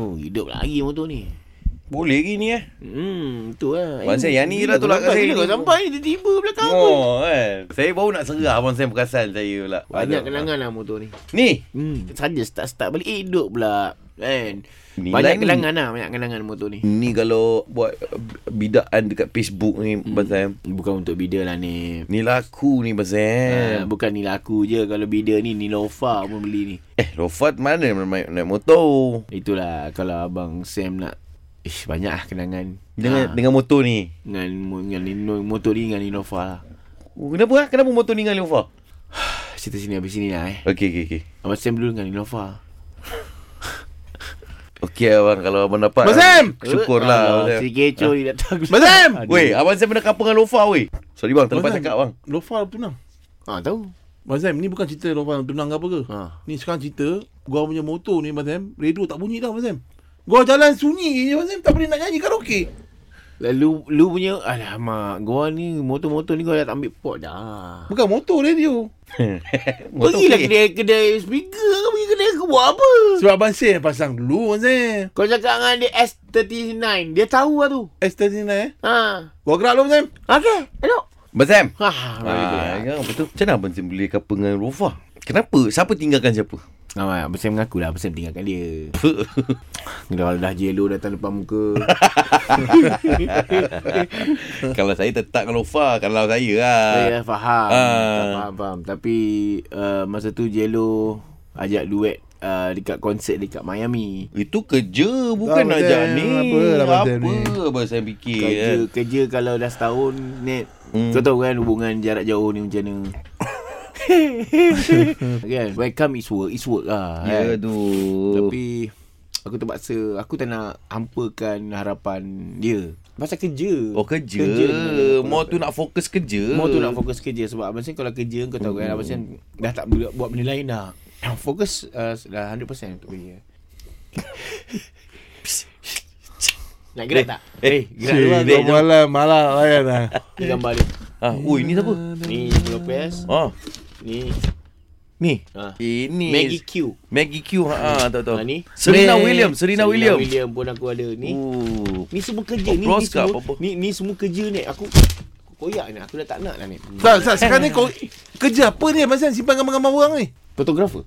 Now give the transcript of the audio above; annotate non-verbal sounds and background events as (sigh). Oh, hidup lagi motor ni. Boleh gini eh Hmm, betul lah. Abang Sam, yang ni lah tolak kat kat saya Bila ni. kau sampai ni, dia tiba belakang aku. Oh kan Saya baru nak serah Abang Sam perasan saya pula Banyak Aduh. kenangan lah motor ni. Ni Hmm, saja start-start balik eh, hidup pula. Kan? Ni lah Banyak ni. kenangan lah, banyak kenangan motor ni. Ni kalau buat uh, bidaan dekat Facebook ni Abang Sam Hmm. Bukan untuk bida lah ni. Ni laku ni Abang Ha, Sam bukan ni laku je kalau bida ni ni Nova pun beli ni. Eh Rofat mana naik, naik motor Itulah kalau abang Sam nak Ish, banyak lah kenangan. Dengan Ha, dengan motor ni dengan, mo- dengan, dengan motor ni dengan ni Nova lah. oh, Kenapa ah? Kenapa motor ni dengan Rofat Cerita sini habis sini lah eh. Okey okey okey Abang Sam dulu dengan Innova. Okey abang kalau abang dapat Abang Sam! Syukurlah Abang Ah, Sam. Si kecoh ni datang. Abang (laughs) Sam! Aduh. Weh abang Sam pernah kapal dengan Lofa weh Sorry bang terlepas Abang Sam, cakap bang (laughs) Lofa tunang Ha, tahu. Abang Sam ni bukan cerita Lofa tunang ke apa ke Ha. Ni sekarang cerita Gua punya motor ni Abang Sam Radio tak bunyi dah Abang Sam Gua jalan sunyi je Abang Sam Tak boleh nak nyanyi karaoke Lalu Lah, lu punya alamak gua ni motor-motor ni gua dah tak ambil pot dah. Bukan motor radio Motor Pergilah okey. kedai kedai speaker ke pergi kedai aku buat apa? Sebab Abang Sam pasang dulu Abang Sam Kau cakap dengan dia S39, dia tahu lah tu. S39 eh Ha. Gua gerak dulu Abang Sam Okey, hello. Abang Sam Ha, Ah, ha, ya, betul. Macam mana Abang Sam boleh couple dengan Rofa? Kenapa? Siapa tinggalkan siapa? ha, Abang Sam mengaku lah Abang Sam tinggalkan (laughs) dia Kalau dah jelo datang depan muka (laughs) (laughs) kalau saya tetap dengan Rofa, kalau saya lah. Saya faham Ah. Faham faham Tapi uh, Masa tu Jello Ajak duet uh, Dekat konsert dekat Miami Itu kerja bukan Abang ajak Sam, ni. apa lah Abang Sam ni? Apa Abang Sam fikir? Kerja eh? kerja kalau dah setahun Net hmm. Hmm. Kau tahu kan hubungan jarak jauh ni (laughs) macam mana kan Welcome is work Is work lah Ya kan? tu. Tapi Aku terpaksa Aku tak nak Hampakan harapan dia Pasal kerja Oh kerja. Kerja dengan- Mau tu nak fokus kerja. Eh, Mau tu nak fokus kerja sebab Abang Sen kalau kerja kau tahu kan Abang Sen dah tak boleh buat benda lain dah. Fokus uh, dah 100% untuk kerja. (laughs) nak gerak tak? Eh, gerak dulu lah, gerak Cik, dua dulu. malam malam layan lah Ni gambar dia. Ah, oi ni siapa? Ni Lopez, Ah, ni ni. Ah. Ini Maggie Q. Maggie Q ha ah, tahu Ah, tahu. ni. Serena Ni. Williams, Serena Williams. William pun aku ada ni. Oh. Ni semua kerja Oh, ni, ni Prosca, semua apa-apa. ni ni semua kerja ni aku aku koyak ni aku dah tak nak dah ni. Tak, tak sekarang ni kau Kerja apa ni Abang Sam Simpan gambar-gambar orang ni Fotografer.